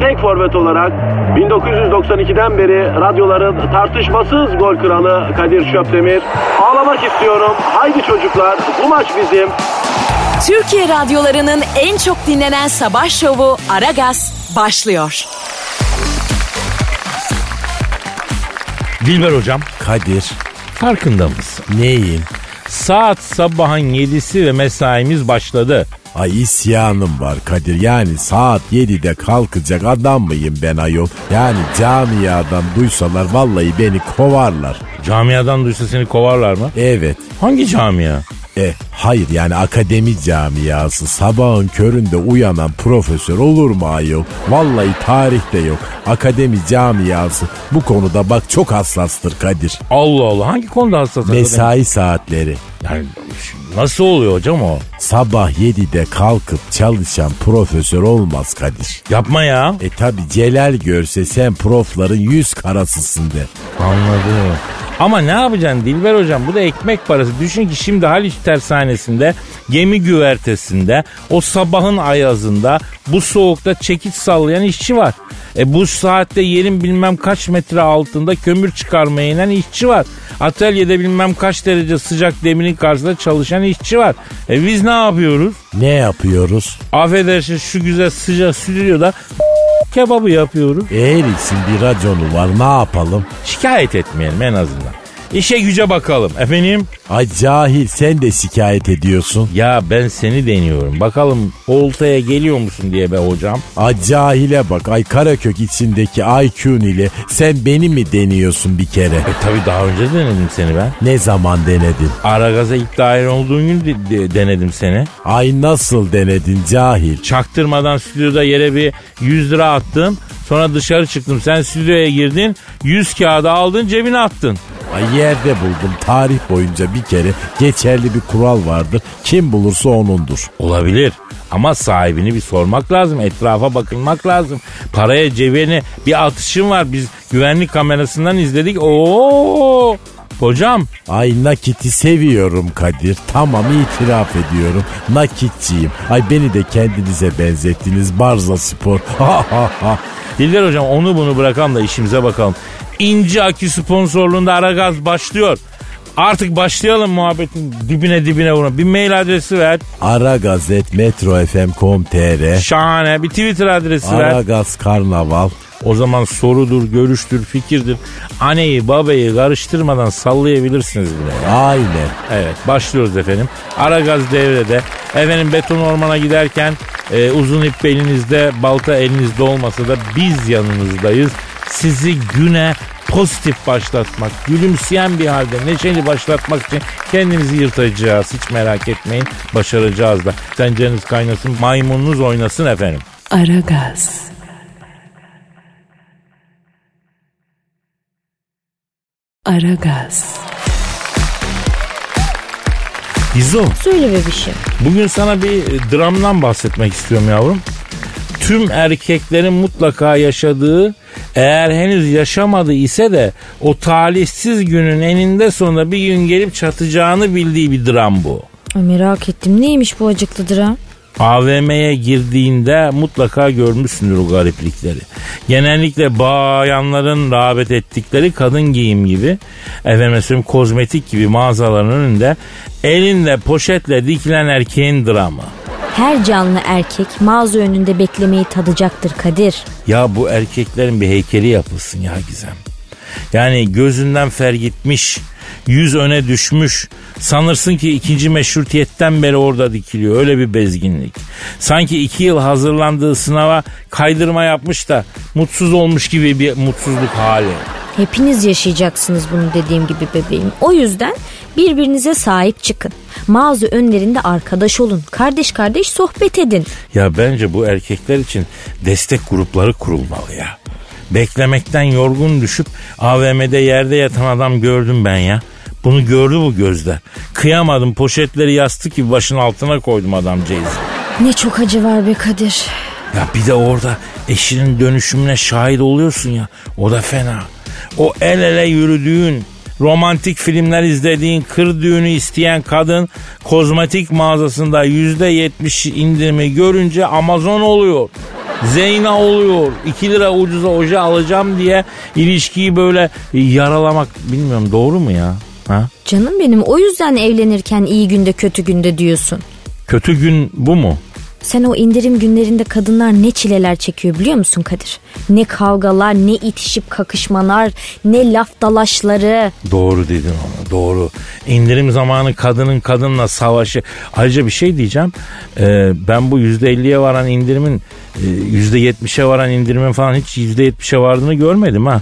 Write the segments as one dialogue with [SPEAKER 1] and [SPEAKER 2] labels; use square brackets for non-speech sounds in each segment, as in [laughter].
[SPEAKER 1] tek forvet olarak 1992'den beri radyoların tartışmasız gol kralı Kadir Şöpdemir. Ağlamak istiyorum. Haydi çocuklar bu maç bizim.
[SPEAKER 2] Türkiye radyolarının en çok dinlenen sabah şovu Aragaz başlıyor.
[SPEAKER 3] Dilber hocam
[SPEAKER 4] Kadir
[SPEAKER 3] farkında mısın?
[SPEAKER 4] neyim?
[SPEAKER 3] Saat sabahın 7'si ve mesaimiz başladı.
[SPEAKER 4] Ay isyanım var Kadir. Yani saat 7'de kalkacak adam mıyım ben ayol? Yani camiadan duysalar vallahi beni kovarlar.
[SPEAKER 3] Camiadan duysa seni kovarlar mı?
[SPEAKER 4] Evet.
[SPEAKER 3] Hangi camia?
[SPEAKER 4] E hayır yani akademi camiası sabahın köründe uyanan profesör olur mu ayol? Vallahi tarihte yok. Akademi camiası bu konuda bak çok hassastır Kadir.
[SPEAKER 3] Allah Allah hangi konuda hassas?
[SPEAKER 4] Mesai saatleri.
[SPEAKER 3] Yani nasıl oluyor hocam o?
[SPEAKER 4] Sabah 7'de kalkıp çalışan profesör olmaz Kadir.
[SPEAKER 3] Yapma ya.
[SPEAKER 4] E tabi Celal görse sen profların yüz karasısın de.
[SPEAKER 3] Anladım. Ama ne yapacaksın Dilber hocam? Bu da ekmek parası. Düşün ki şimdi Haliç tersanesinde, gemi güvertesinde, o sabahın ayazında, bu soğukta çekiç sallayan işçi var. E bu saatte yerin bilmem kaç metre altında kömür çıkarmaya inen işçi var. Atölyede bilmem kaç derece sıcak demirin karşısında çalışan işçi var. E biz ne yapıyoruz?
[SPEAKER 4] Ne yapıyoruz?
[SPEAKER 3] Affedersin şu güzel sıcak stüdyoda da kebabı yapıyoruz.
[SPEAKER 4] Eğer için bir raconu var ne yapalım?
[SPEAKER 3] Şikayet etmeyelim en azından. İşe güce bakalım. Efendim?
[SPEAKER 4] Ay cahil sen de şikayet ediyorsun.
[SPEAKER 3] Ya ben seni deniyorum. Bakalım oltaya geliyor musun diye be hocam.
[SPEAKER 4] Ay cahile bak ay Karakök içindeki IQ'un ile sen beni mi deniyorsun bir kere? [laughs]
[SPEAKER 3] E tabi daha önce denedim seni ben.
[SPEAKER 4] Ne zaman denedin?
[SPEAKER 3] Aragaz'a ilk dahil olduğun gün de- de- denedim seni.
[SPEAKER 4] Ay nasıl denedin cahil?
[SPEAKER 3] Çaktırmadan stüdyoda yere bir 100 lira attım. Sonra dışarı çıktım. Sen stüdyoya girdin. 100 kağıdı aldın cebine attın.
[SPEAKER 4] Ay yerde buldum tarih boyunca bir kere geçerli bir kural vardır. Kim bulursa onundur.
[SPEAKER 3] Olabilir. Ama sahibini bir sormak lazım. Etrafa bakılmak lazım. Paraya cebine bir atışım var. Biz güvenlik kamerasından izledik. Oo! Hocam
[SPEAKER 4] Ay nakiti seviyorum Kadir. Tamam itiraf ediyorum. Nakitçiyim. Ay beni de kendinize benzettiniz. Barza Spor. [laughs] Ha ha ha.
[SPEAKER 3] Dilber hocam onu bunu bırakalım da işimize bakalım. İnci Akü sponsorluğunda Aragaz başlıyor. Artık başlayalım muhabbetin dibine dibine vurun. Bir mail adresi ver.
[SPEAKER 4] Ara Gazet metrofm.com.tr
[SPEAKER 3] Şahane. Bir Twitter adresi
[SPEAKER 4] Ara
[SPEAKER 3] ver.
[SPEAKER 4] Gaz Karnaval.
[SPEAKER 3] O zaman sorudur, görüştür, fikirdir. Aneyi, babayı karıştırmadan sallayabilirsiniz bile.
[SPEAKER 4] Aynen.
[SPEAKER 3] Evet başlıyoruz efendim. Aragaz devrede. Efendim beton ormana giderken e, uzun ip belinizde balta elinizde olmasa da biz yanınızdayız. Sizi güne pozitif başlatmak, gülümseyen bir halde neşeli başlatmak için kendinizi yırtacağız. Hiç merak etmeyin başaracağız da. Tencereniz kaynasın, maymununuz oynasın efendim.
[SPEAKER 2] Aragaz. Aragaz.
[SPEAKER 3] Gizo
[SPEAKER 5] Söyle bebişim.
[SPEAKER 3] bugün sana bir e, dramdan bahsetmek istiyorum yavrum. tüm erkeklerin mutlaka yaşadığı eğer henüz yaşamadı ise de o talihsiz günün eninde sonunda bir gün gelip çatacağını bildiği bir dram bu.
[SPEAKER 5] Ay merak ettim neymiş bu acıklı dram?
[SPEAKER 3] AVM'ye girdiğinde mutlaka görmüşsündür o gariplikleri. Genellikle bayanların rağbet ettikleri kadın giyim gibi, efendim söyleyeyim, kozmetik gibi mağazaların önünde elinde poşetle dikilen erkeğin dramı.
[SPEAKER 5] Her canlı erkek mağaza önünde beklemeyi tadacaktır Kadir.
[SPEAKER 3] Ya bu erkeklerin bir heykeli yapılsın ya Gizem. Yani gözünden fer gitmiş, yüz öne düşmüş. Sanırsın ki ikinci meşrutiyetten beri orada dikiliyor. Öyle bir bezginlik. Sanki iki yıl hazırlandığı sınava kaydırma yapmış da mutsuz olmuş gibi bir mutsuzluk hali.
[SPEAKER 5] Hepiniz yaşayacaksınız bunu dediğim gibi bebeğim. O yüzden birbirinize sahip çıkın. Mağaza önlerinde arkadaş olun. Kardeş kardeş sohbet edin.
[SPEAKER 3] Ya bence bu erkekler için destek grupları kurulmalı ya. Beklemekten yorgun düşüp AVM'de yerde yatan adam gördüm ben ya. Bunu gördü bu gözler. Kıyamadım poşetleri yastık gibi başın altına koydum adamcağızı.
[SPEAKER 5] Ne çok acı var be Kadir.
[SPEAKER 3] Ya bir de orada eşinin dönüşümüne şahit oluyorsun ya. O da fena. O el ele yürüdüğün, romantik filmler izlediğin, kır düğünü isteyen kadın kozmetik mağazasında yüzde yetmiş indirimi görünce Amazon oluyor. Zeyna oluyor. 2 lira ucuza oje alacağım diye ilişkiyi böyle yaralamak bilmiyorum doğru mu ya? Ha?
[SPEAKER 5] Canım benim o yüzden evlenirken iyi günde kötü günde diyorsun.
[SPEAKER 3] Kötü gün bu mu?
[SPEAKER 5] Sen o indirim günlerinde kadınlar ne çileler çekiyor biliyor musun Kadir? Ne kavgalar, ne itişip kakışmalar, ne laf dalaşları.
[SPEAKER 3] Doğru dedin onu doğru. İndirim zamanı kadının kadınla savaşı. Ayrıca bir şey diyeceğim. Ee, ben bu %50'ye varan indirimin e, %70'e varan indirimin falan hiç %70'e vardığını görmedim ha.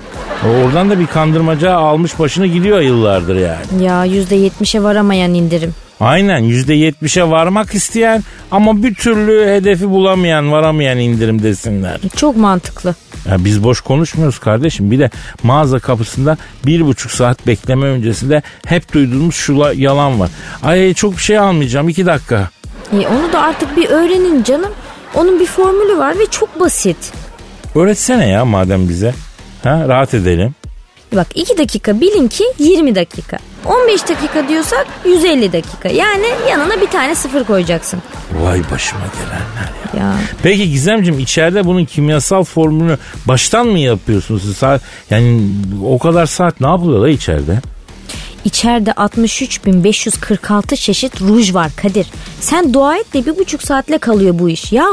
[SPEAKER 3] Oradan da bir kandırmaca almış başını gidiyor yıllardır yani.
[SPEAKER 5] Ya %70'e varamayan indirim.
[SPEAKER 3] Aynen %70'e varmak isteyen ama bir türlü hedefi bulamayan varamayan indirim desinler.
[SPEAKER 5] Çok mantıklı.
[SPEAKER 3] Ya biz boş konuşmuyoruz kardeşim. Bir de mağaza kapısında bir buçuk saat bekleme öncesinde hep duyduğumuz şu la- yalan var. Ay çok bir şey almayacağım iki dakika.
[SPEAKER 5] E, onu da artık bir öğrenin canım. Onun bir formülü var ve çok basit.
[SPEAKER 3] Öğretsene ya madem bize. Ha, rahat edelim.
[SPEAKER 5] Bak 2 dakika bilin ki 20 dakika. 15 dakika diyorsak 150 dakika. Yani yanına bir tane sıfır koyacaksın.
[SPEAKER 3] Vay başıma gelenler.
[SPEAKER 5] Ya
[SPEAKER 3] Peki Gizemciğim içeride bunun kimyasal formülünü baştan mı yapıyorsunuz? siz? Saat, yani o kadar saat ne yapılıyor da içeride?
[SPEAKER 5] içeride 63.546 çeşit ruj var Kadir. Sen dua et de bir buçuk saatle kalıyor bu iş. Ya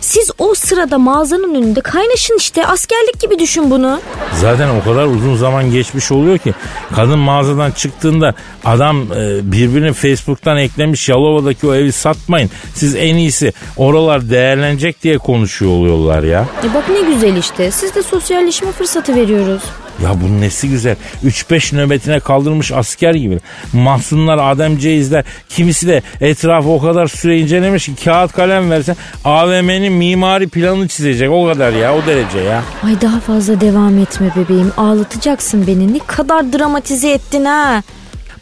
[SPEAKER 5] siz o sırada mağazanın önünde kaynaşın işte askerlik gibi düşün bunu.
[SPEAKER 3] Zaten o kadar uzun zaman geçmiş oluyor ki kadın mağazadan çıktığında adam e, birbirini Facebook'tan eklemiş Yalova'daki o evi satmayın. Siz en iyisi oralar değerlenecek diye konuşuyor oluyorlar ya.
[SPEAKER 5] E bak ne güzel işte siz de sosyalleşme fırsatı veriyoruz.
[SPEAKER 3] Ya bunun nesi güzel. 3-5 nöbetine kaldırmış asker gibi. Mahsunlar, Ademceğizler kimisi de etrafı o kadar süre incelemiş ki kağıt kalem versen AVM'nin mimari planını çizecek o kadar ya o derece ya.
[SPEAKER 5] Ay daha fazla devam etme bebeğim ağlatacaksın beni ne kadar dramatize ettin ha.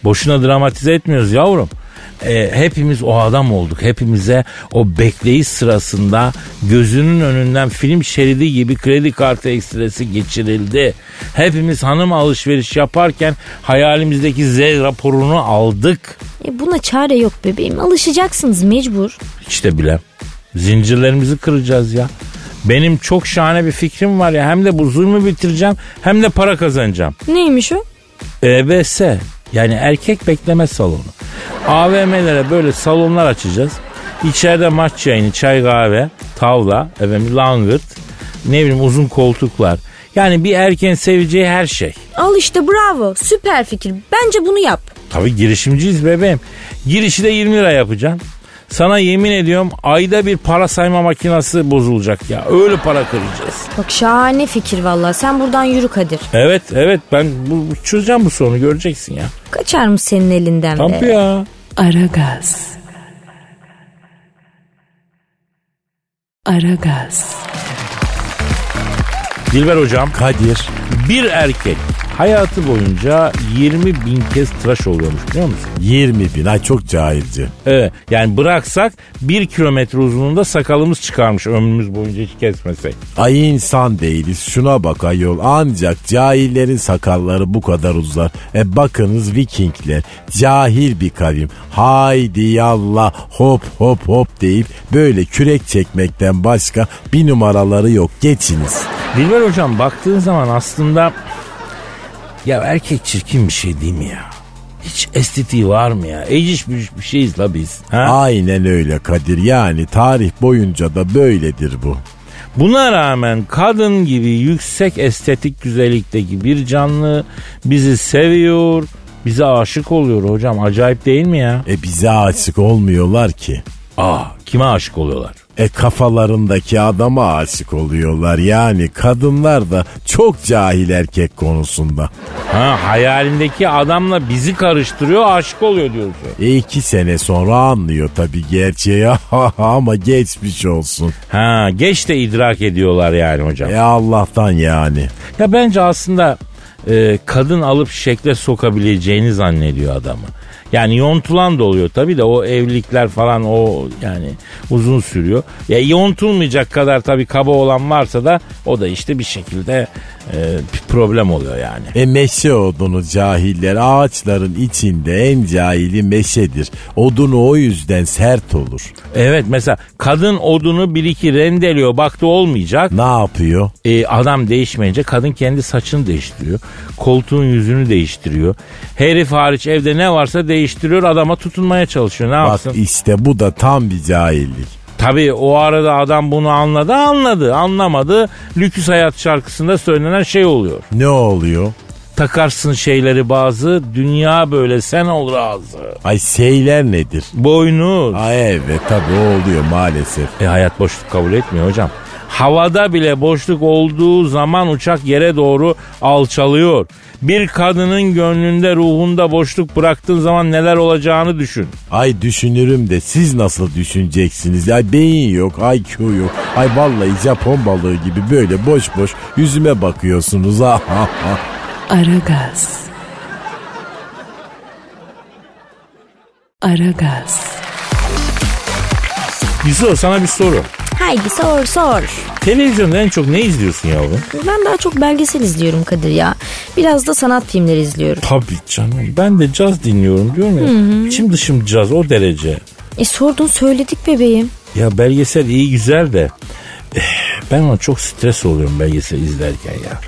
[SPEAKER 3] Boşuna dramatize etmiyoruz yavrum. E, hepimiz o adam olduk. Hepimize o bekleyiş sırasında gözünün önünden film şeridi gibi kredi kartı ekstresi geçirildi. Hepimiz hanım alışveriş yaparken hayalimizdeki Z raporunu aldık.
[SPEAKER 5] E buna çare yok bebeğim. Alışacaksınız mecbur.
[SPEAKER 3] İşte bile. Zincirlerimizi kıracağız ya. Benim çok şahane bir fikrim var ya. Hem de bu zulmü bitireceğim hem de para kazanacağım.
[SPEAKER 5] Neymiş o?
[SPEAKER 3] EBS yani erkek bekleme salonu. AVM'lere böyle salonlar açacağız. İçeride maç yayını, çay kahve, tavla, efendim, langırt, ne bileyim uzun koltuklar. Yani bir erkeğin seveceği her şey.
[SPEAKER 5] Al işte bravo. Süper fikir. Bence bunu yap.
[SPEAKER 3] Tabii girişimciyiz bebeğim. Girişi de 20 lira yapacaksın. Sana yemin ediyorum ayda bir para sayma makinası bozulacak ya. Öyle para kıracağız.
[SPEAKER 5] Bak şahane fikir valla. Sen buradan yürü Kadir.
[SPEAKER 3] Evet evet ben bu, bu- çözeceğim bu sorunu göreceksin ya.
[SPEAKER 5] Kaçar mı senin elinden be?
[SPEAKER 3] Tabii ya.
[SPEAKER 2] Aragaz. Aragaz.
[SPEAKER 3] Dilber hocam
[SPEAKER 4] Kadir
[SPEAKER 3] bir erkek hayatı boyunca 20 bin kez tıraş oluyormuş biliyor musun?
[SPEAKER 4] 20 bin ay çok cahilce.
[SPEAKER 3] Evet yani bıraksak bir kilometre uzunluğunda sakalımız çıkarmış ömrümüz boyunca hiç kesmesek.
[SPEAKER 4] Ay insan değiliz şuna bak ayol ancak cahillerin sakalları bu kadar uzar. E bakınız vikingler cahil bir kavim haydi yallah hop hop hop deyip böyle kürek çekmekten başka bir numaraları yok geçiniz.
[SPEAKER 3] Dilber hocam baktığın zaman aslında ya erkek çirkin bir şey değil mi ya? Hiç estetiği var mı ya? Eciş bücüş bir şeyiz la biz. Ha?
[SPEAKER 4] Aynen öyle Kadir yani tarih boyunca da böyledir bu.
[SPEAKER 3] Buna rağmen kadın gibi yüksek estetik güzellikteki bir canlı bizi seviyor, bize aşık oluyor hocam. Acayip değil mi ya?
[SPEAKER 4] E bize aşık olmuyorlar ki.
[SPEAKER 3] Aa kime aşık oluyorlar?
[SPEAKER 4] E kafalarındaki adama aşık oluyorlar. Yani kadınlar da çok cahil erkek konusunda.
[SPEAKER 3] Ha hayalindeki adamla bizi karıştırıyor aşık oluyor diyorsun.
[SPEAKER 4] E iki sene sonra anlıyor tabii gerçeği [laughs] ama geçmiş olsun.
[SPEAKER 3] Ha geç de idrak ediyorlar yani hocam.
[SPEAKER 4] E Allah'tan yani.
[SPEAKER 3] Ya bence aslında e, kadın alıp şekle sokabileceğini zannediyor adamı. Yani yontulan da oluyor tabii de o evlilikler falan o yani uzun sürüyor. Ya yontulmayacak kadar tabii kaba olan varsa da o da işte bir şekilde e, bir problem oluyor yani.
[SPEAKER 4] E meşe odunu cahiller ağaçların içinde en cahili meşedir. Odunu o yüzden sert olur.
[SPEAKER 3] Evet mesela kadın odunu bir iki rendeliyor baktı olmayacak.
[SPEAKER 4] Ne yapıyor?
[SPEAKER 3] E, adam değişmeyince kadın kendi saçını değiştiriyor. Koltuğun yüzünü değiştiriyor. Herif hariç evde ne varsa değiştiriyor adama tutunmaya çalışıyor ne
[SPEAKER 4] Bak
[SPEAKER 3] yapsın.
[SPEAKER 4] işte bu da tam bir cahillik.
[SPEAKER 3] Tabii o arada adam bunu anladı anladı anlamadı. Lüküs Hayat şarkısında söylenen şey oluyor.
[SPEAKER 4] Ne oluyor?
[SPEAKER 3] Takarsın şeyleri bazı dünya böyle sen ol razı.
[SPEAKER 4] Ay seyler nedir?
[SPEAKER 3] Boynuz.
[SPEAKER 4] Ha evet tabii o oluyor maalesef.
[SPEAKER 3] E hayat boşluk kabul etmiyor hocam. Havada bile boşluk olduğu zaman uçak yere doğru alçalıyor. Bir kadının gönlünde ruhunda boşluk bıraktığın zaman neler olacağını düşün.
[SPEAKER 4] Ay düşünürüm de siz nasıl düşüneceksiniz? Ay beyin yok, IQ yok. Ay vallahi Japon balığı gibi böyle boş boş yüzüme bakıyorsunuz. [laughs] ha, ha, ha.
[SPEAKER 6] Aragaz. Aragaz.
[SPEAKER 3] Yusuf sana bir soru.
[SPEAKER 5] Haydi sor sor.
[SPEAKER 3] Televizyonda en çok ne izliyorsun yavrum?
[SPEAKER 5] Ben daha çok belgesel izliyorum Kadir ya. Biraz da sanat filmleri izliyorum.
[SPEAKER 3] Tabii canım. Ben de caz dinliyorum diyorum ya. İçim dışım caz o derece.
[SPEAKER 5] E sordun söyledik bebeğim.
[SPEAKER 3] Ya belgesel iyi güzel de eh, ben ona çok stres oluyorum belgesel izlerken ya.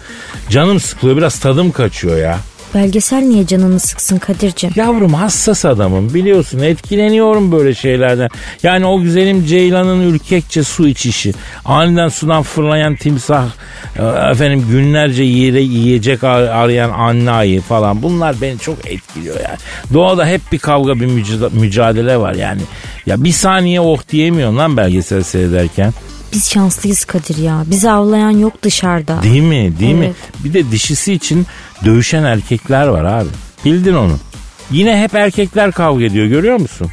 [SPEAKER 3] Canım sıkılıyor biraz tadım kaçıyor ya.
[SPEAKER 5] Belgesel niye canını sıksın Kadir'cim?
[SPEAKER 3] Yavrum hassas adamım biliyorsun etkileniyorum böyle şeylerden. Yani o güzelim Ceylan'ın ürkekçe su içişi, aniden sudan fırlayan timsah, e, efendim günlerce yere yiyecek ar- arayan anne ayı falan bunlar beni çok etkiliyor yani. Doğada hep bir kavga bir mücada- mücadele var yani. Ya bir saniye oh diyemiyorsun lan belgesel seyrederken.
[SPEAKER 5] Biz şanslıyız Kadir ya. Bizi avlayan yok dışarıda.
[SPEAKER 3] Değil mi? Değil mi?
[SPEAKER 5] Evet.
[SPEAKER 3] Bir de dişisi için dövüşen erkekler var abi. Bildin onu. Yine hep erkekler kavga ediyor görüyor musun?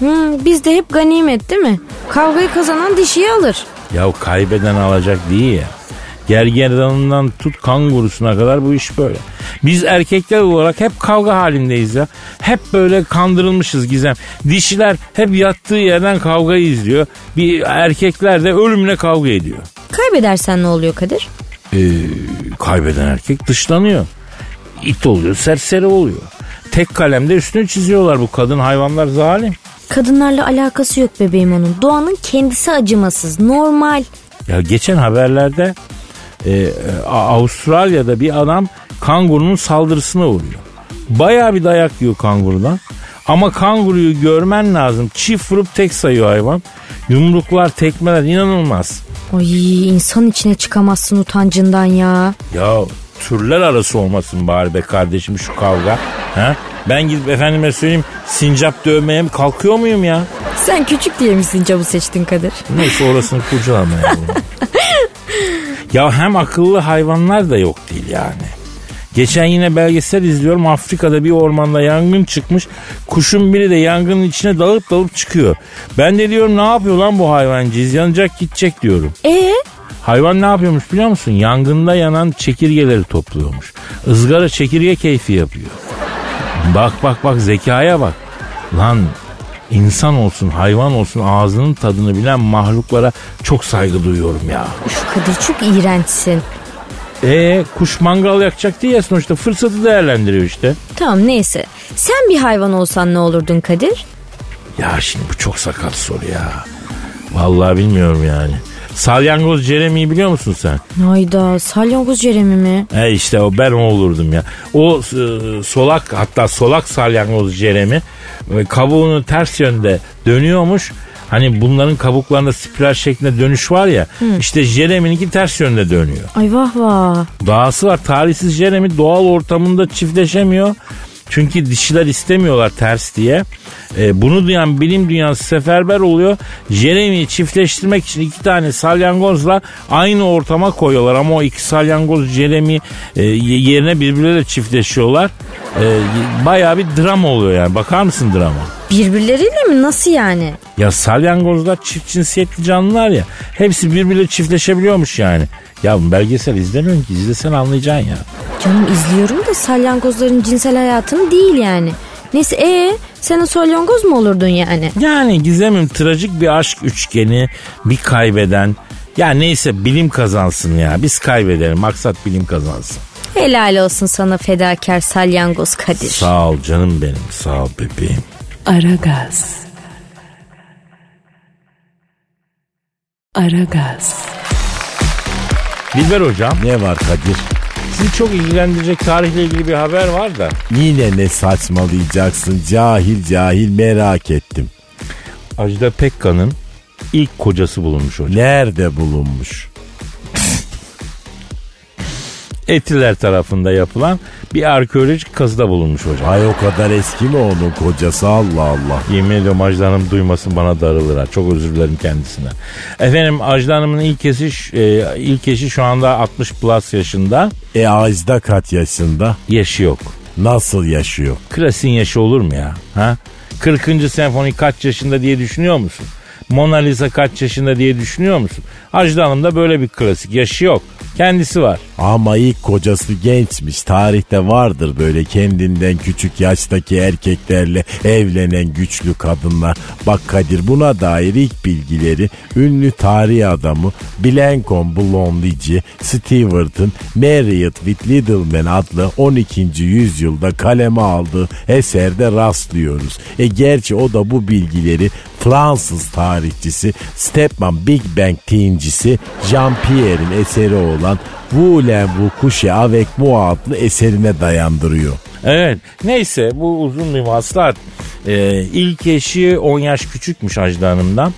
[SPEAKER 5] Hı, biz de hep ganimet değil mi? Kavgayı kazanan dişiyi alır.
[SPEAKER 3] Ya kaybeden alacak değil ya. Gergedanından tut kangurusuna kadar bu iş böyle. Biz erkekler olarak hep kavga halindeyiz ya. Hep böyle kandırılmışız gizem. Dişiler hep yattığı yerden kavgayı izliyor. Bir erkekler de ölümle kavga ediyor.
[SPEAKER 5] Kaybedersen ne oluyor Kadir?
[SPEAKER 3] Ee, kaybeden erkek dışlanıyor. İt oluyor, serseri oluyor. Tek kalemde üstünü çiziyorlar bu kadın hayvanlar zalim.
[SPEAKER 5] Kadınlarla alakası yok bebeğim onun. Doğanın kendisi acımasız. Normal.
[SPEAKER 3] Ya geçen haberlerde e, e, A- Avustralya'da bir adam kangurunun saldırısına uğruyor. Bayağı bir dayak yiyor kangurudan. Ama kanguruyu görmen lazım. Çift vurup tek sayıyor hayvan. Yumruklar, tekmeler inanılmaz.
[SPEAKER 5] Ay insan içine çıkamazsın utancından ya.
[SPEAKER 3] Ya türler arası olmasın bari be kardeşim şu kavga. Ha? Ben gidip efendime söyleyeyim sincap dövmeye mi kalkıyor muyum ya?
[SPEAKER 5] Sen küçük diye mi sincabı seçtin Kadir?
[SPEAKER 3] Neyse orasını kurcalamayalım. ya hem akıllı hayvanlar da yok değil yani. Geçen yine belgesel izliyorum. Afrika'da bir ormanda yangın çıkmış. Kuşun biri de yangının içine dalıp dalıp çıkıyor. Ben de diyorum ne yapıyor lan bu hayvancağız? Yanacak gidecek diyorum.
[SPEAKER 5] E
[SPEAKER 3] Hayvan ne yapıyormuş biliyor musun? Yangında yanan çekirgeleri topluyormuş. Izgara çekirge keyfi yapıyor. Bak bak bak zekaya bak. Lan insan olsun hayvan olsun ağzının tadını bilen mahluklara çok saygı duyuyorum ya.
[SPEAKER 5] Üf Kadir çok iğrençsin.
[SPEAKER 3] E kuş mangal yakacak diye sonuçta fırsatı değerlendiriyor işte.
[SPEAKER 5] Tamam neyse. Sen bir hayvan olsan ne olurdun Kadir?
[SPEAKER 3] Ya şimdi bu çok sakat soru ya. Vallahi bilmiyorum yani. Salyangoz Jeremy'yi biliyor musun sen?
[SPEAKER 5] Hayda salyangoz Jeremy mi?
[SPEAKER 3] He işte o ben o olurdum ya. O e, solak hatta solak salyangoz Jeremy e, kabuğunu ters yönde dönüyormuş. Hani bunların kabuklarında spiral şeklinde dönüş var ya. İşte Jeremy'ninki ters yönde dönüyor.
[SPEAKER 5] Ay vah vah.
[SPEAKER 3] Dahası var tarihsiz Jeremy doğal ortamında çiftleşemiyor. Çünkü dişiler istemiyorlar ters diye. E, bunu duyan bilim dünyası seferber oluyor. Jeremy'yi çiftleştirmek için iki tane salyangozla aynı ortama koyuyorlar. Ama o iki salyangoz Jeremy e, yerine birbirleriyle çiftleşiyorlar. E, bayağı bir drama oluyor yani. Bakar mısın drama?
[SPEAKER 5] Birbirleriyle mi? Nasıl yani?
[SPEAKER 3] Ya salyangozlar çift cinsiyetli canlılar ya. Hepsi birbiriyle çiftleşebiliyormuş yani. Ya bu belgesel izlemiyorsun ki. İzlesen anlayacaksın ya.
[SPEAKER 5] Canım izliyorum da salyangozların cinsel hayatını değil yani. Neyse ee sen o salyangoz mu olurdun yani?
[SPEAKER 3] Yani gizemim trajik bir aşk üçgeni, bir kaybeden. Ya neyse bilim kazansın ya. Biz kaybedelim. Maksat bilim kazansın.
[SPEAKER 5] Helal olsun sana fedakar salyangoz Kadir.
[SPEAKER 3] Sağ ol canım benim. Sağ ol bebeğim.
[SPEAKER 6] Aragaz. Aragaz.
[SPEAKER 3] Dilber hocam
[SPEAKER 4] Ne var Kadir?
[SPEAKER 3] sizi çok ilgilendirecek tarihle ilgili bir haber var da.
[SPEAKER 4] Yine ne saçmalayacaksın cahil cahil merak ettim.
[SPEAKER 3] Ajda Pekkan'ın ilk kocası bulunmuş hocam.
[SPEAKER 4] Nerede bulunmuş?
[SPEAKER 3] Etiler tarafında yapılan bir arkeolojik kazıda bulunmuş hocam.
[SPEAKER 4] Ay o kadar eski mi onun kocası Allah Allah.
[SPEAKER 3] Yemin ediyorum Ajda Hanım duymasın bana darılır ha. Çok özür dilerim kendisine. Efendim Ajda Hanım'ın ilk eşi, ş- e, ilk eşi şu anda 60 plus yaşında.
[SPEAKER 4] E Ajda kaç yaşında?
[SPEAKER 3] Yaşı yok.
[SPEAKER 4] Nasıl yaşıyor?
[SPEAKER 3] Klasin yaşı olur mu ya? Ha? 40. senfoni kaç yaşında diye düşünüyor musun? Mona Lisa kaç yaşında diye düşünüyor musun? Ajda Hanım da böyle bir klasik. Yaşı yok. Kendisi var.
[SPEAKER 4] Ama ilk kocası gençmiş. Tarihte vardır böyle kendinden küçük yaştaki erkeklerle evlenen güçlü kadınlar. Bak Kadir buna dair ilk bilgileri ünlü tarih adamı Blencomb'lu Blondeci, Stewart'ın Marriott with Littleman adlı 12. yüzyılda kaleme aldığı eserde rastlıyoruz. E gerçi o da bu bilgileri Fransız tarihçisi Stepman Big Bang teyincisi Jean-Pierre'in eseri olan Voulez vous coucher avec moi adlı eserine dayandırıyor.
[SPEAKER 3] Evet. Neyse bu uzun bir vaslat. Ee, ilk eşi 10 yaş küçükmüş Ajda Hanım'dan.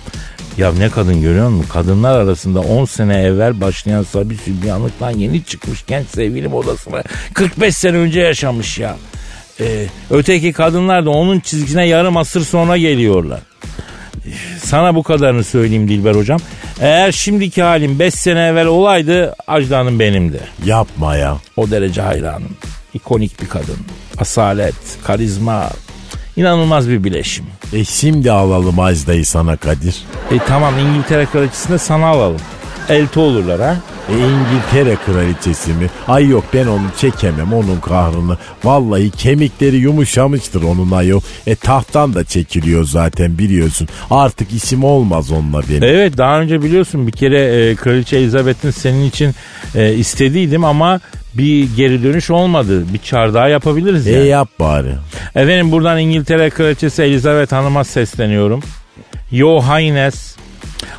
[SPEAKER 3] Ya ne kadın görüyor musun? Kadınlar arasında 10 sene evvel başlayan Sabi Sübyanlık'tan yeni çıkmış genç sevgilim odasına 45 sene önce yaşamış ya. Ee, öteki kadınlar da onun çizgisine yarım asır sonra geliyorlar. Sana bu kadarını söyleyeyim Dilber hocam. Eğer şimdiki halim 5 sene evvel olaydı Ajda Hanım benimdi.
[SPEAKER 4] Yapma ya.
[SPEAKER 3] O derece hayranım. İkonik bir kadın. Asalet, karizma. inanılmaz bir bileşim.
[SPEAKER 4] E şimdi alalım Ajda'yı sana Kadir.
[SPEAKER 3] E tamam İngiltere kraliçesini de sana alalım. Elti olurlar ha.
[SPEAKER 4] E İngiltere kraliçesi mi? Ay yok ben onu çekemem onun kahrını. Vallahi kemikleri yumuşamıştır onun ayol. E tahttan da çekiliyor zaten biliyorsun. Artık işim olmaz onunla benim.
[SPEAKER 3] Evet daha önce biliyorsun bir kere e, kraliçe Elizabeth'in senin için e, istediydim ama bir geri dönüş olmadı. Bir çardağı yapabiliriz
[SPEAKER 4] E
[SPEAKER 3] yani.
[SPEAKER 4] yap bari.
[SPEAKER 3] Efendim buradan İngiltere Kraliçesi Elizabeth Hanım'a sesleniyorum. Yo Haynes,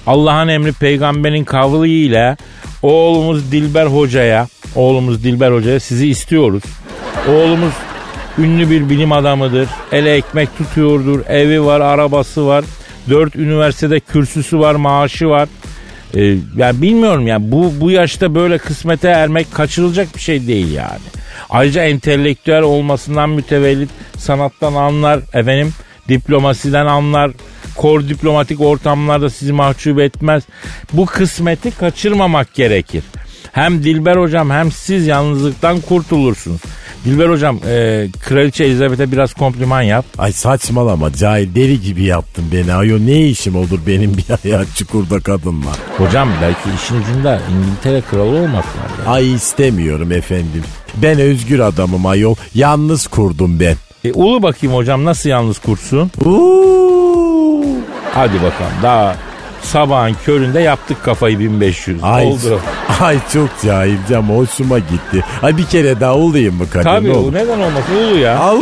[SPEAKER 3] Allah'ın emri peygamberin kavli ile oğlumuz Dilber Hoca'ya, oğlumuz Dilber Hoca'ya sizi istiyoruz. Oğlumuz ünlü bir bilim adamıdır. Ele ekmek tutuyordur. Evi var, arabası var. Dört üniversitede kürsüsü var, maaşı var. Ee, yani bilmiyorum yani bu bu yaşta böyle kısmete ermek kaçırılacak bir şey değil yani. Ayrıca entelektüel olmasından mütevellit sanattan anlar efendim diplomasiden anlar kor diplomatik ortamlarda sizi mahcup etmez. Bu kısmeti kaçırmamak gerekir. Hem Dilber hocam hem siz yalnızlıktan kurtulursunuz. Dilber hocam e, Kraliçe Elizabeth'e biraz kompliman yap.
[SPEAKER 4] Ay saçmalama cahil deli gibi yaptın beni. Ayo ne işim olur benim bir ayağı çukurda kadınla.
[SPEAKER 3] Hocam belki işin ucunda İngiltere kralı olmak var ya.
[SPEAKER 4] Ay istemiyorum efendim. Ben özgür adamım ayol. Yalnız kurdum ben.
[SPEAKER 3] E, ulu bakayım hocam nasıl yalnız kursun?
[SPEAKER 4] Uuu.
[SPEAKER 3] Hadi bakalım daha sabahın köründe yaptık kafayı 1500.
[SPEAKER 4] Ay,
[SPEAKER 3] Oldu.
[SPEAKER 4] [laughs] ay çok cahil cam hoşuma gitti. Ay bir kere daha olayım mı Kadir?
[SPEAKER 3] Tabii
[SPEAKER 4] ne
[SPEAKER 3] o
[SPEAKER 4] olur?
[SPEAKER 3] neden olmasın ulu ya.
[SPEAKER 4] Au!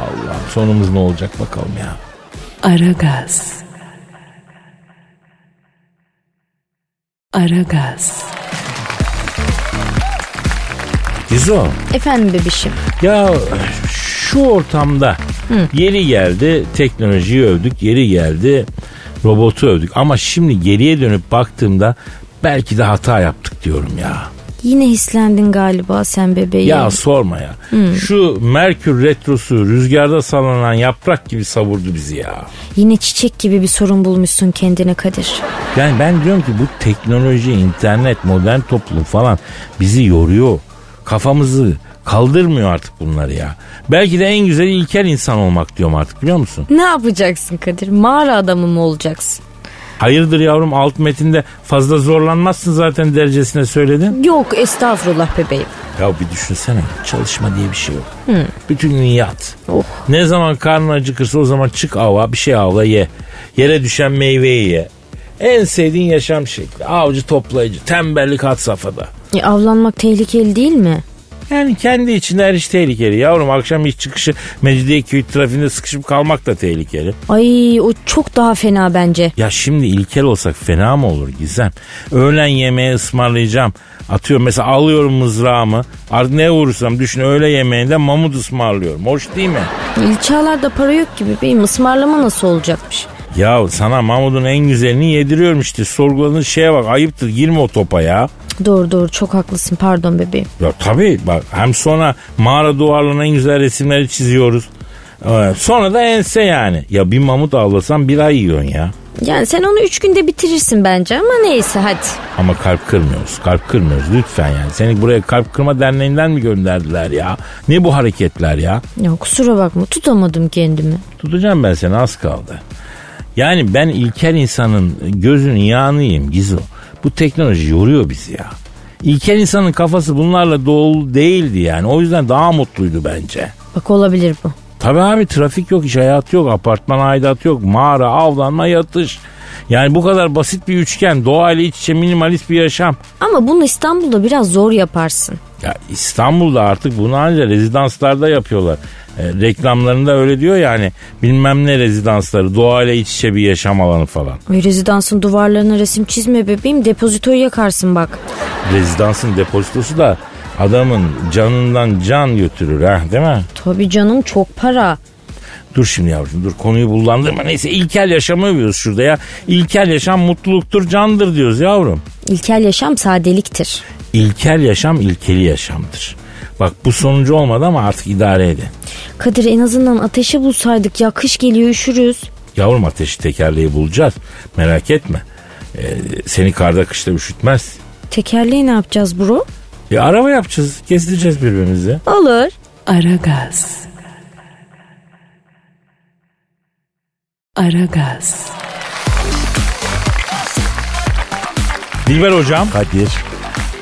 [SPEAKER 3] Allah sonumuz ne olacak bakalım ya.
[SPEAKER 6] Aragaz. Aragaz.
[SPEAKER 3] Gizo
[SPEAKER 5] Efendim bebişim.
[SPEAKER 3] ya şu ortamda yeri geldi teknolojiyi övdük yeri geldi robotu övdük ama şimdi geriye dönüp baktığımda belki de hata yaptık diyorum ya.
[SPEAKER 5] Yine hislendin galiba sen bebeğim.
[SPEAKER 3] Ya sorma ya. Şu Merkür Retrosu rüzgarda sallanan yaprak gibi savurdu bizi ya.
[SPEAKER 5] Yine çiçek gibi bir sorun bulmuşsun kendine Kadir.
[SPEAKER 3] Yani ben diyorum ki bu teknoloji, internet, modern toplum falan bizi yoruyor. Kafamızı kaldırmıyor artık bunları ya. Belki de en güzel ilkel insan olmak diyorum artık biliyor musun?
[SPEAKER 5] Ne yapacaksın Kadir? Mağara adamı mı olacaksın?
[SPEAKER 3] Hayırdır yavrum alt metinde fazla zorlanmazsın zaten derecesine söyledin.
[SPEAKER 5] Yok estağfurullah bebeğim.
[SPEAKER 3] Ya bir düşünsene çalışma diye bir şey yok. Bütün gün yat. Ne zaman karnın acıkırsa o zaman çık ava bir şey avla ye. Yere düşen meyveyi ye. En sevdiğin yaşam şekli. Avcı toplayıcı. Tembellik had safhada.
[SPEAKER 5] E, avlanmak tehlikeli değil mi?
[SPEAKER 3] Yani kendi içinde her iş tehlikeli. Yavrum akşam iş çıkışı Mecidiyeköy trafiğinde sıkışıp kalmak da tehlikeli.
[SPEAKER 5] Ay o çok daha fena bence.
[SPEAKER 3] Ya şimdi ilkel olsak fena mı olur Gizem? Öğlen yemeği ısmarlayacağım. Atıyorum mesela alıyorum mızrağımı. Artık ne vurursam düşün öğle yemeğinde mamut ısmarlıyorum. Hoş değil mi?
[SPEAKER 5] İlçalarda para yok gibi bebeğim. Ismarlama nasıl olacakmış?
[SPEAKER 3] Ya sana Mahmut'un en güzelini yediriyorum işte. Sorguladığın şeye bak ayıptır girme o topa ya.
[SPEAKER 5] Doğru doğru çok haklısın pardon bebeğim.
[SPEAKER 3] Ya tabii bak hem sonra mağara duvarlarının en güzel resimleri çiziyoruz. Ee, sonra da ense yani. Ya bir mamut avlasan bir ay yiyorsun ya.
[SPEAKER 5] Yani sen onu üç günde bitirirsin bence ama neyse hadi.
[SPEAKER 3] Ama kalp kırmıyoruz. Kalp kırmıyoruz lütfen yani. Seni buraya kalp kırma derneğinden mi gönderdiler ya? Ne bu hareketler ya?
[SPEAKER 5] Ya kusura bakma tutamadım kendimi.
[SPEAKER 3] Tutacağım ben seni az kaldı. Yani ben ilkel insanın gözünün yağını yiyeyim Gizo. Bu teknoloji yoruyor bizi ya. İlkel insanın kafası bunlarla dolu değildi yani. O yüzden daha mutluydu bence.
[SPEAKER 5] Bak olabilir bu.
[SPEAKER 3] Tabii abi trafik yok, iş hayatı yok, apartman aidatı yok, mağara, avlanma, yatış. Yani bu kadar basit bir üçgen, doğayla iç içe minimalist bir yaşam.
[SPEAKER 5] Ama bunu İstanbul'da biraz zor yaparsın.
[SPEAKER 3] Ya İstanbul'da artık bunu ancak rezidanslarda yapıyorlar. E, reklamlarında öyle diyor yani bilmem ne rezidansları doğayla iç içe bir yaşam alanı falan.
[SPEAKER 5] Ay, rezidansın duvarlarına resim çizme bebeğim depozitoyu yakarsın bak.
[SPEAKER 3] Rezidansın depozitosu da adamın canından can götürür ha değil mi?
[SPEAKER 5] Tabii canım çok para.
[SPEAKER 3] Dur şimdi yavrum dur konuyu bullandırma. Neyse ilkel yaşamı övüyoruz şurada ya. İlkel yaşam mutluluktur candır diyoruz yavrum.
[SPEAKER 5] İlkel yaşam sadeliktir.
[SPEAKER 3] İlkel yaşam ilkeli yaşamdır. Bak bu sonuncu olmadı ama artık idare edin.
[SPEAKER 5] Kadir en azından ateşi bulsaydık ya kış geliyor üşürüz.
[SPEAKER 3] Yavrum ateşi tekerleği bulacağız. Merak etme. Ee, seni karda kışta üşütmez.
[SPEAKER 5] Tekerleği ne yapacağız bro?
[SPEAKER 3] E araba yapacağız. Kestireceğiz birbirimizi.
[SPEAKER 5] Olur.
[SPEAKER 6] Aragaz. Aragaz.
[SPEAKER 3] Dilber hocam.
[SPEAKER 4] Kadir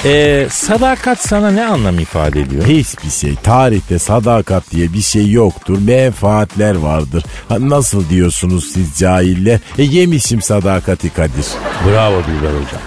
[SPEAKER 3] e, sadakat sana ne anlam ifade ediyor?
[SPEAKER 4] hiçbir şey tarihte sadakat diye bir şey yoktur. Menfaatler vardır. Ha, nasıl diyorsunuz siz cahiller? E yemişim sadakati Kadir.
[SPEAKER 3] Bravo Dilber hocam.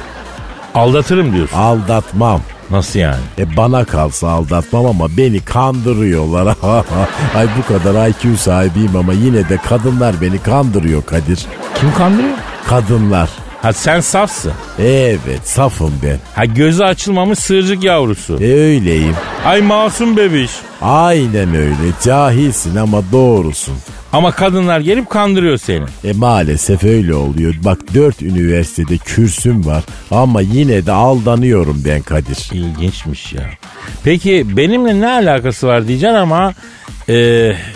[SPEAKER 3] Aldatırım diyorsun.
[SPEAKER 4] Aldatmam.
[SPEAKER 3] Nasıl yani?
[SPEAKER 4] E bana kalsa aldatmam ama beni kandırıyorlar. [laughs] Ay bu kadar IQ sahibiyim ama yine de kadınlar beni kandırıyor Kadir.
[SPEAKER 3] Kim kandırıyor?
[SPEAKER 4] Kadınlar.
[SPEAKER 3] Ha sen safsın.
[SPEAKER 4] Evet safım ben.
[SPEAKER 3] Ha gözü açılmamış sığırcık yavrusu.
[SPEAKER 4] E öyleyim.
[SPEAKER 3] Ay masum bebiş.
[SPEAKER 4] Aynen öyle. Cahilsin ama doğrusun.
[SPEAKER 3] Ama kadınlar gelip kandırıyor seni.
[SPEAKER 4] E maalesef öyle oluyor. Bak dört üniversitede kürsüm var ama yine de aldanıyorum ben Kadir.
[SPEAKER 3] İlginçmiş ya. Peki benimle ne alakası var diyeceksin ama e,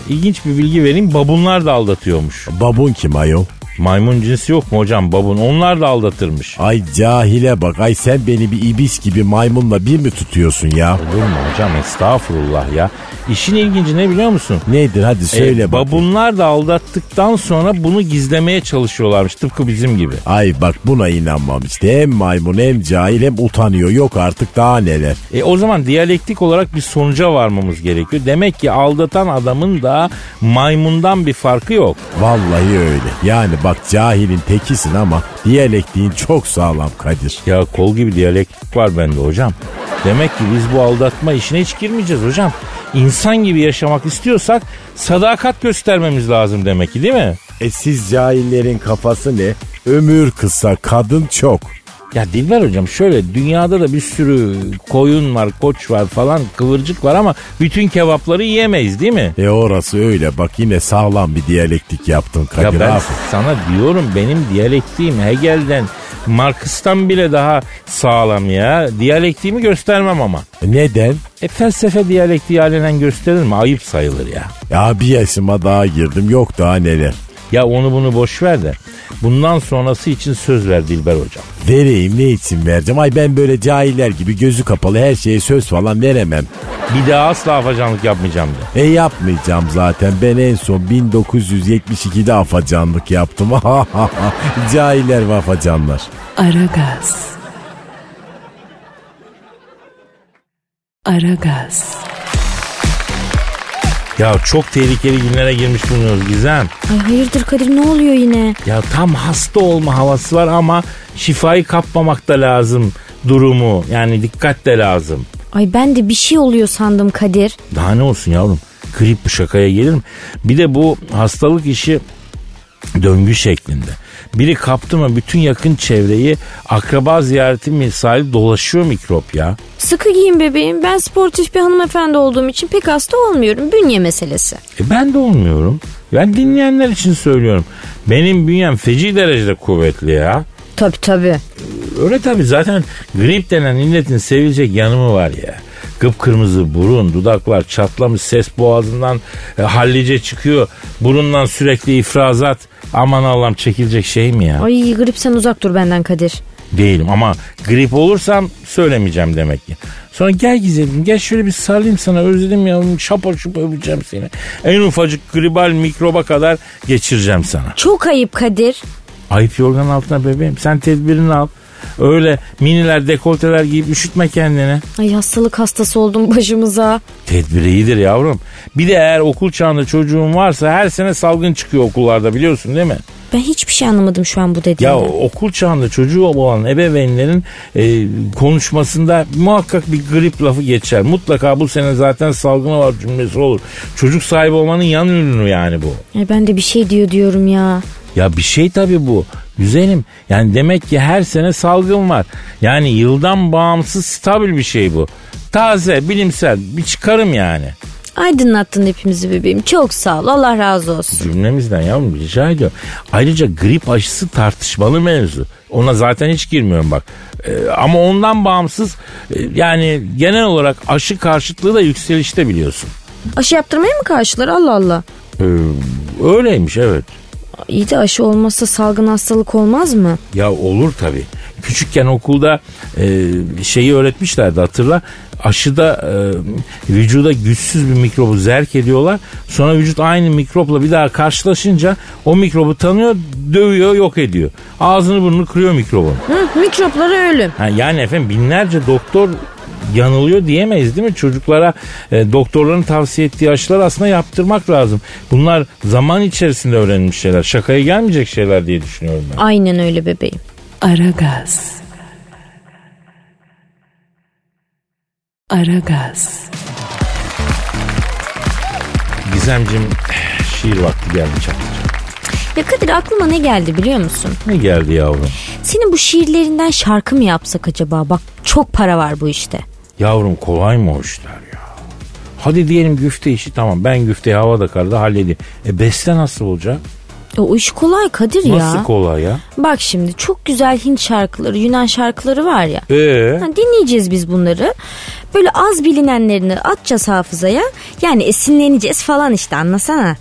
[SPEAKER 3] ilginç bir bilgi vereyim. Babunlar da aldatıyormuş.
[SPEAKER 4] Babun kim ayol?
[SPEAKER 3] Maymun cinsi yok mu hocam babun? Onlar da aldatırmış.
[SPEAKER 4] Ay cahile bak. Ay sen beni bir ibis gibi maymunla bir mi tutuyorsun ya?
[SPEAKER 3] Olur mu hocam estağfurullah ya. İşin ilginci ne biliyor musun?
[SPEAKER 4] Nedir hadi söyle
[SPEAKER 3] E,
[SPEAKER 4] bak.
[SPEAKER 3] babunlar da aldattıktan sonra bunu gizlemeye çalışıyorlarmış tıpkı bizim gibi.
[SPEAKER 4] Ay bak buna inanmam işte. Hem maymun hem cahil hem utanıyor. Yok artık daha neler.
[SPEAKER 3] E o zaman diyalektik olarak bir sonuca varmamız gerekiyor. Demek ki aldatan adamın da maymundan bir farkı yok.
[SPEAKER 4] Vallahi öyle. Yani bak cahilin tekisin ama diyalektiğin çok sağlam Kadir.
[SPEAKER 3] Ya kol gibi diyalektik var bende hocam. Demek ki biz bu aldatma işine hiç girmeyeceğiz hocam. İnsan gibi yaşamak istiyorsak sadakat göstermemiz lazım demek ki değil mi?
[SPEAKER 4] E siz cahillerin kafası ne? Ömür kısa, kadın çok.
[SPEAKER 3] Ya Dilber hocam şöyle dünyada da bir sürü koyun var, koç var falan kıvırcık var ama bütün kebapları yiyemeyiz değil mi?
[SPEAKER 4] E orası öyle bak yine sağlam bir diyalektik yaptın
[SPEAKER 3] Ya
[SPEAKER 4] Kadir
[SPEAKER 3] ben
[SPEAKER 4] abi.
[SPEAKER 3] sana diyorum benim diyalektiğim Hegel'den Marks'tan bile daha sağlam ya. Diyalektiğimi göstermem ama.
[SPEAKER 4] Neden?
[SPEAKER 3] E felsefe diyalektiği alenen gösterilir mi? Ayıp sayılır ya.
[SPEAKER 4] Ya bir E yaşıma daha girdim yok daha neler.
[SPEAKER 3] Ya onu bunu boş ver de. Bundan sonrası için söz ver Dilber hocam.
[SPEAKER 4] Vereyim ne için vereceğim? Ay ben böyle cahiller gibi gözü kapalı her şeye söz falan veremem.
[SPEAKER 3] Bir daha asla afacanlık yapmayacağım de.
[SPEAKER 4] E yapmayacağım zaten. Ben en son 1972'de afacanlık yaptım. [laughs] Cahiller ve afacanlar.
[SPEAKER 6] Aragaz. Aragaz.
[SPEAKER 3] Ya çok tehlikeli günlere girmiş bulunuyoruz Gizem.
[SPEAKER 5] Ay hayırdır Kadir ne oluyor yine?
[SPEAKER 3] Ya tam hasta olma havası var ama şifayı kapmamak da lazım durumu. Yani dikkat de lazım.
[SPEAKER 5] Ay ben de bir şey oluyor sandım Kadir.
[SPEAKER 3] Daha ne olsun yavrum? Grip bu şakaya gelir mi? Bir de bu hastalık işi döngü şeklinde. Biri kaptı mı bütün yakın çevreyi akraba ziyareti misali dolaşıyor mikrop ya.
[SPEAKER 5] Sıkı giyin bebeğim. Ben sportif bir hanımefendi olduğum için pek hasta olmuyorum. Bünye meselesi.
[SPEAKER 3] E ben de olmuyorum. Ben dinleyenler için söylüyorum. Benim bünyem feci derecede kuvvetli ya.
[SPEAKER 5] Tabii tabii.
[SPEAKER 3] Öyle tabii zaten grip denen illetin sevilecek yanımı var ya. Kıpkırmızı burun, dudaklar çatlamış, ses boğazından e, hallice çıkıyor. Burundan sürekli ifrazat. Aman Allah'ım çekilecek şey mi ya?
[SPEAKER 5] Ay gripsen uzak dur benden Kadir.
[SPEAKER 3] Değilim ama grip olursam söylemeyeceğim demek ki. Sonra gel güzelim gel şöyle bir sarılayım sana özledim yavrum şapur şupur öpeceğim seni. En ufacık gribal mikroba kadar geçireceğim sana.
[SPEAKER 5] Çok ayıp Kadir.
[SPEAKER 3] Ayıp yorgan altına bebeğim sen tedbirini al. Öyle miniler dekolteler giyip üşütme kendini.
[SPEAKER 5] Ay hastalık hastası oldum başımıza.
[SPEAKER 3] Tedbir iyidir yavrum. Bir de eğer okul çağında çocuğun varsa her sene salgın çıkıyor okullarda biliyorsun değil mi?
[SPEAKER 5] Ben hiçbir şey anlamadım şu an bu dediğini.
[SPEAKER 3] Ya okul çağında çocuğu olan ebeveynlerin e, konuşmasında muhakkak bir grip lafı geçer. Mutlaka bu sene zaten salgını var cümlesi olur. Çocuk sahibi olmanın yan ürünü yani bu.
[SPEAKER 5] Ay ben de bir şey diyor diyorum ya.
[SPEAKER 3] Ya bir şey tabii bu. Güzelim. Yani demek ki her sene salgın var. Yani yıldan bağımsız stabil bir şey bu. Taze, bilimsel bir çıkarım yani.
[SPEAKER 5] Aydınlattın hepimizi bebeğim. Çok sağ ol. Allah razı olsun.
[SPEAKER 3] Cümlemizden yavrum rica ediyorum. Ayrıca grip aşısı tartışmalı mevzu. Ona zaten hiç girmiyorum bak. Ee, ama ondan bağımsız e, yani genel olarak aşı karşıtlığı da yükselişte biliyorsun.
[SPEAKER 5] Aşı yaptırmaya mı karşılar? Allah Allah.
[SPEAKER 3] Ee, öyleymiş evet.
[SPEAKER 5] İyi de aşı olmazsa salgın hastalık olmaz mı?
[SPEAKER 3] Ya olur tabii. Küçükken okulda e, şeyi öğretmişlerdi hatırla. Aşıda e, vücuda güçsüz bir mikrobu zerk ediyorlar. Sonra vücut aynı mikropla bir daha karşılaşınca o mikrobu tanıyor, dövüyor, yok ediyor. Ağzını burnunu kırıyor mikrobun.
[SPEAKER 5] Hı, mikroplara ölüm.
[SPEAKER 3] Ha, yani efendim binlerce doktor yanılıyor diyemeyiz değil mi? Çocuklara e, doktorların tavsiye ettiği aşılar aslında yaptırmak lazım. Bunlar zaman içerisinde öğrenilmiş şeyler. Şakaya gelmeyecek şeyler diye düşünüyorum ben.
[SPEAKER 5] Aynen öyle bebeğim.
[SPEAKER 6] Aragaz. Aragaz.
[SPEAKER 3] Gizemcim şiir vakti geldi çaktı.
[SPEAKER 5] Ya Kadir aklıma ne geldi biliyor musun?
[SPEAKER 3] Ne geldi yavrum?
[SPEAKER 5] Senin bu şiirlerinden şarkı mı yapsak acaba? Bak çok para var bu işte.
[SPEAKER 3] Yavrum kolay mı o işler ya? Hadi diyelim güfte işi tamam. Ben güfteyi havada karda halledeyim. E beste nasıl olacak?
[SPEAKER 5] E, o iş kolay Kadir ya.
[SPEAKER 3] Nasıl kolay ya?
[SPEAKER 5] Bak şimdi çok güzel Hint şarkıları, Yunan şarkıları var ya.
[SPEAKER 3] Ee,
[SPEAKER 5] Ha, dinleyeceğiz biz bunları. Böyle az bilinenlerini atacağız hafızaya. Yani esinleneceğiz falan işte anlasana.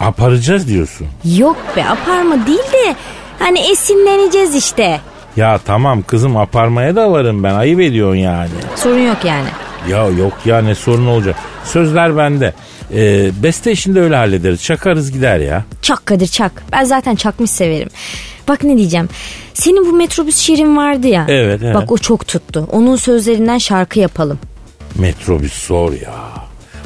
[SPEAKER 3] aparacağız diyorsun.
[SPEAKER 5] Yok be aparma değil de hani esinleneceğiz işte.
[SPEAKER 3] Ya tamam kızım aparmaya da varım ben ayıp ediyorsun yani.
[SPEAKER 5] Sorun yok yani.
[SPEAKER 3] Ya yok ya ne sorun olacak. Sözler bende. Ee, beste işini de öyle hallederiz. Çakarız gider ya.
[SPEAKER 5] Çak Kadir çak. Ben zaten çakmış severim. Bak ne diyeceğim. Senin bu metrobüs şiirin vardı ya.
[SPEAKER 3] Evet, evet.
[SPEAKER 5] Bak o çok tuttu. Onun sözlerinden şarkı yapalım.
[SPEAKER 3] Metrobüs sor ya.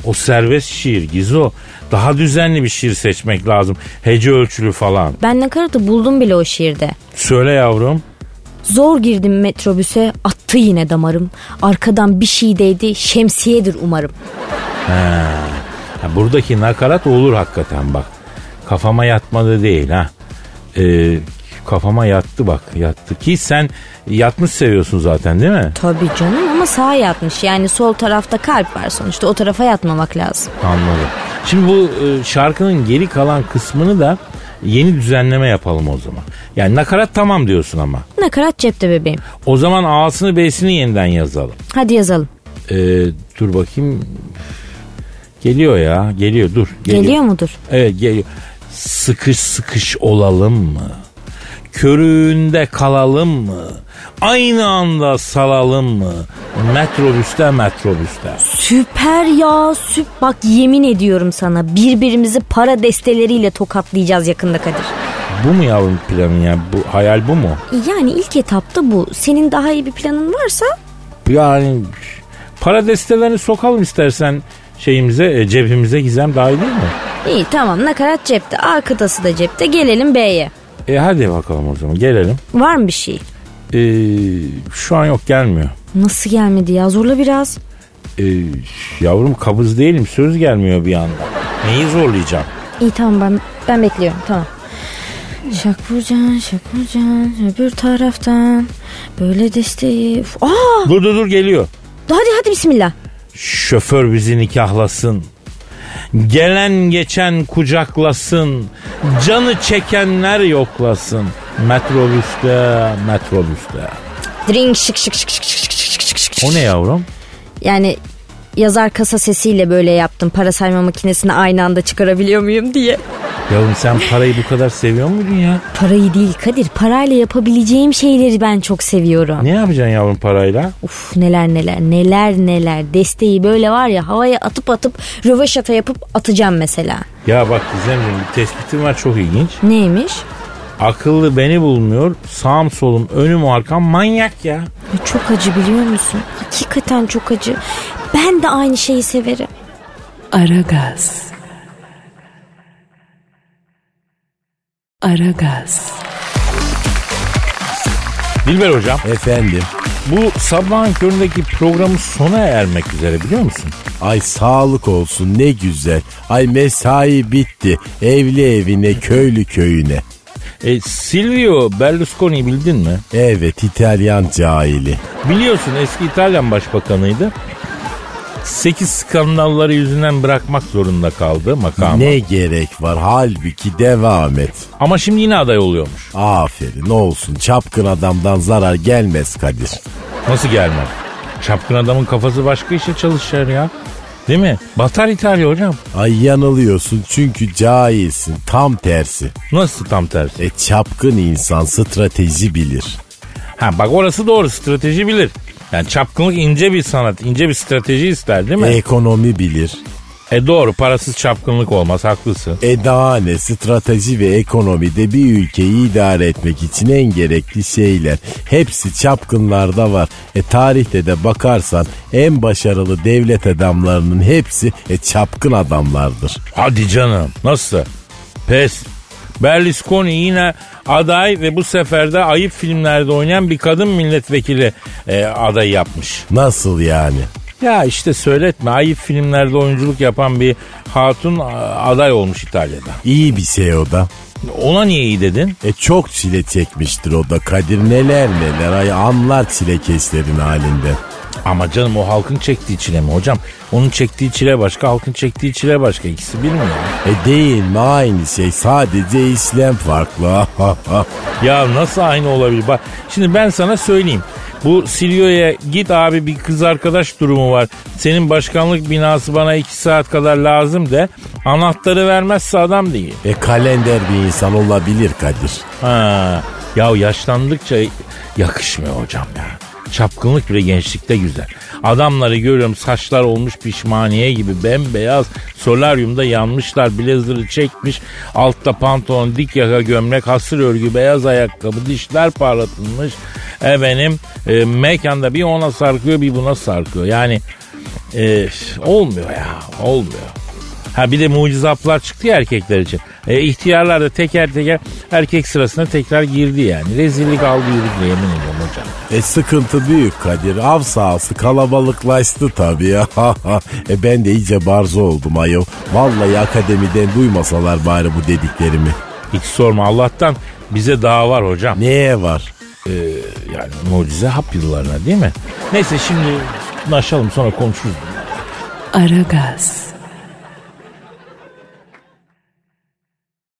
[SPEAKER 3] O serbest şiir Gizo. Daha düzenli bir şiir seçmek lazım. Hece ölçülü falan.
[SPEAKER 5] Ben nakaratı buldum bile o şiirde.
[SPEAKER 3] Söyle yavrum.
[SPEAKER 5] Zor girdim metrobüse attı yine damarım. Arkadan bir şey değdi şemsiyedir umarım.
[SPEAKER 3] Ha, buradaki nakarat olur hakikaten bak. Kafama yatmadı değil ha. Ee, kafama yattı bak yattı ki sen yatmış seviyorsun zaten değil mi?
[SPEAKER 5] Tabii canım ama sağa yatmış. Yani sol tarafta kalp var sonuçta. O tarafa yatmamak lazım.
[SPEAKER 3] Anladım. Şimdi bu e, şarkının geri kalan kısmını da Yeni düzenleme yapalım o zaman. Yani nakarat tamam diyorsun ama.
[SPEAKER 5] Nakarat cepte bebeğim.
[SPEAKER 3] O zaman A'sını B'sini yeniden yazalım.
[SPEAKER 5] Hadi yazalım.
[SPEAKER 3] Ee, dur bakayım. Geliyor ya. Geliyor dur.
[SPEAKER 5] Geliyor, mudur?
[SPEAKER 3] Evet geliyor. Sıkış sıkış olalım mı? Körüğünde kalalım mı? Aynı anda salalım mı? Metrobüste metrobüste.
[SPEAKER 5] Süper ya süp. Bak yemin ediyorum sana birbirimizi para desteleriyle tokatlayacağız yakında Kadir.
[SPEAKER 3] Bu mu yavrum planın ya? Bu, hayal bu mu?
[SPEAKER 5] Yani ilk etapta bu. Senin daha iyi bir planın varsa
[SPEAKER 3] Yani para destelerini sokalım istersen şeyimize e, cebimize gizem daha iyi değil mi?
[SPEAKER 5] iyi tamam nakarat cepte. A kıtası da cepte. Gelelim B'ye.
[SPEAKER 3] E hadi bakalım o zaman gelelim.
[SPEAKER 5] Var mı bir şey?
[SPEAKER 3] E, şu an yok gelmiyor.
[SPEAKER 5] Nasıl gelmedi ya? Zorla biraz.
[SPEAKER 3] E, yavrum kabız değilim söz gelmiyor bir anda. Neyi zorlayacağım?
[SPEAKER 5] İyi tamam ben, ben bekliyorum tamam. Şakburcan, Şakburcan öbür taraftan böyle desteği. Uf, Aa,
[SPEAKER 3] Dur dur dur geliyor.
[SPEAKER 5] hadi hadi bismillah.
[SPEAKER 3] Şoför bizi nikahlasın. Gelen geçen kucaklasın. Canı çekenler yoklasın. Metrobüste, metrobüste.
[SPEAKER 5] Drink şık şık şık şık şık şık şık şık şık.
[SPEAKER 3] O ne yavrum?
[SPEAKER 5] Yani yazar kasa sesiyle böyle yaptım. Para sayma makinesini aynı anda çıkarabiliyor muyum diye.
[SPEAKER 3] Yavrum sen parayı bu kadar seviyor muydun ya?
[SPEAKER 5] Parayı değil Kadir. Parayla yapabileceğim şeyleri ben çok seviyorum.
[SPEAKER 3] Ne yapacaksın yavrum parayla?
[SPEAKER 5] Uf neler neler neler neler. Desteği böyle var ya havaya atıp atıp röveşata yapıp atacağım mesela.
[SPEAKER 3] Ya bak Gizemciğim bir tespitim var çok ilginç.
[SPEAKER 5] Neymiş?
[SPEAKER 3] Akıllı beni bulmuyor. Sağım solum önüm arkam manyak ya.
[SPEAKER 5] Ya Çok acı biliyor musun? Hakikaten çok acı. Ben de aynı şeyi severim.
[SPEAKER 6] Aragaz. Aragaz.
[SPEAKER 3] Dilber hocam
[SPEAKER 4] Efendim.
[SPEAKER 3] bu sabahın köründeki programın sona ermek üzere biliyor musun?
[SPEAKER 4] Ay sağlık olsun ne güzel. Ay mesai bitti. Evli evine, köylü köyüne.
[SPEAKER 3] E, Silvio Berlusconi'yi bildin mi?
[SPEAKER 4] Evet İtalyan cahili.
[SPEAKER 3] Biliyorsun eski İtalyan başbakanıydı. 8 skandalları yüzünden bırakmak zorunda kaldı makamı.
[SPEAKER 4] Ne gerek var halbuki devam et.
[SPEAKER 3] Ama şimdi yine aday oluyormuş.
[SPEAKER 4] Aferin olsun çapkın adamdan zarar gelmez Kadir.
[SPEAKER 3] Nasıl gelmem? Çapkın adamın kafası başka işe çalışır ya. Değil mi? Batar İtalya hocam.
[SPEAKER 4] Ay yanılıyorsun çünkü cahilsin tam tersi.
[SPEAKER 3] Nasıl tam tersi?
[SPEAKER 4] E çapkın insan strateji bilir.
[SPEAKER 3] Ha bak orası doğru strateji bilir. Yani çapkınlık ince bir sanat, ince bir strateji ister değil mi?
[SPEAKER 4] Ekonomi bilir.
[SPEAKER 3] E doğru parasız çapkınlık olmaz haklısın.
[SPEAKER 4] E daha ne strateji ve ekonomide bir ülkeyi idare etmek için en gerekli şeyler. Hepsi çapkınlarda var. E tarihte de bakarsan en başarılı devlet adamlarının hepsi e, çapkın adamlardır.
[SPEAKER 3] Hadi canım nasıl? Pes. Berlusconi yine aday ve bu sefer de ayıp filmlerde oynayan bir kadın milletvekili e, aday yapmış.
[SPEAKER 4] Nasıl yani?
[SPEAKER 3] Ya işte söyletme ayıp filmlerde oyunculuk yapan bir hatun a, aday olmuş İtalya'da.
[SPEAKER 4] İyi bir şey o da.
[SPEAKER 3] Ona niye iyi dedin?
[SPEAKER 4] E çok çile çekmiştir o da Kadir neler neler ay anlar çilekeşlerin halinde.
[SPEAKER 3] Ama canım o halkın çektiği çile mi hocam? Onun çektiği çile başka, halkın çektiği çile başka. İkisi bir mi ya?
[SPEAKER 4] E değil mi aynı şey sadece işlem farklı. [laughs]
[SPEAKER 3] Ya nasıl aynı olabilir? Bak şimdi ben sana söyleyeyim. Bu Silio'ya git abi bir kız arkadaş durumu var. Senin başkanlık binası bana iki saat kadar lazım de. Anahtarı vermezse adam değil.
[SPEAKER 4] e kalender bir insan olabilir Kadir.
[SPEAKER 3] Ha. Ya yaşlandıkça yakışmıyor hocam ya. Çapkınlık bile gençlikte güzel. Adamları görüyorum saçlar olmuş pişmaniye gibi bembeyaz. Solaryumda yanmışlar blazer'ı çekmiş. Altta pantolon, dik yaka gömlek, hasır örgü, beyaz ayakkabı, dişler parlatılmış. Efendim e, mekanda bir ona sarkıyor bir buna sarkıyor. Yani e, olmuyor ya olmuyor. Ha bir de mucize haplar çıktı ya erkekler için. E, ihtiyarlar da teker teker erkek sırasına tekrar girdi yani. Rezillik aldı yürüdü yemin ediyorum hocam.
[SPEAKER 4] E sıkıntı büyük Kadir. Av sahası kalabalıklaştı tabii [laughs] ya. e ben de iyice barzo oldum ayol. Vallahi akademiden duymasalar bari bu dediklerimi.
[SPEAKER 3] Hiç sorma Allah'tan bize daha var hocam.
[SPEAKER 4] Neye var?
[SPEAKER 3] E, yani mucize hap yıllarına değil mi? Neyse şimdi naşalım sonra konuşuruz.
[SPEAKER 6] Aragaz.